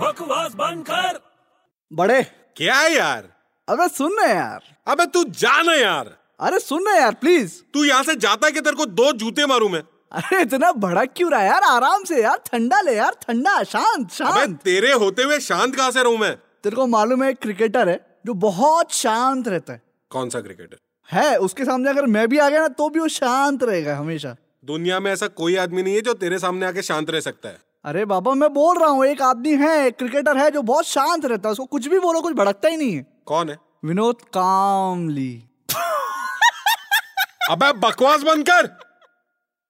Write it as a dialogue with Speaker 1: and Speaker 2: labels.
Speaker 1: बकवास बंद कर
Speaker 2: बड़े
Speaker 3: क्या यार
Speaker 2: अबे सुन ना यार
Speaker 3: अबे तू जा ना यार
Speaker 2: अरे सुन ना यार प्लीज
Speaker 3: तू यहाँ से जाता है कि तेरे को दो जूते मारू मैं
Speaker 2: अरे इतना भड़क क्यों रहा है यार आराम से यार ठंडा ले यार ठंडा शांत
Speaker 3: अबे
Speaker 2: शांत
Speaker 3: तेरे होते हुए शांत कहाँ से रहूं मैं
Speaker 2: तेरे को मालूम है एक क्रिकेटर है जो बहुत शांत रहता है
Speaker 3: कौन सा क्रिकेटर
Speaker 2: है उसके सामने अगर मैं भी आ गया ना तो भी वो शांत रहेगा हमेशा
Speaker 3: दुनिया में ऐसा कोई आदमी नहीं है जो तेरे सामने आके शांत रह सकता है
Speaker 2: अरे बाबा मैं बोल रहा हूँ एक आदमी है एक क्रिकेटर है जो बहुत शांत रहता है उसको कुछ भी बोलो कुछ भड़कता ही नहीं है
Speaker 3: कौन है
Speaker 2: विनोद कामली
Speaker 3: अबे बकवास बंद कर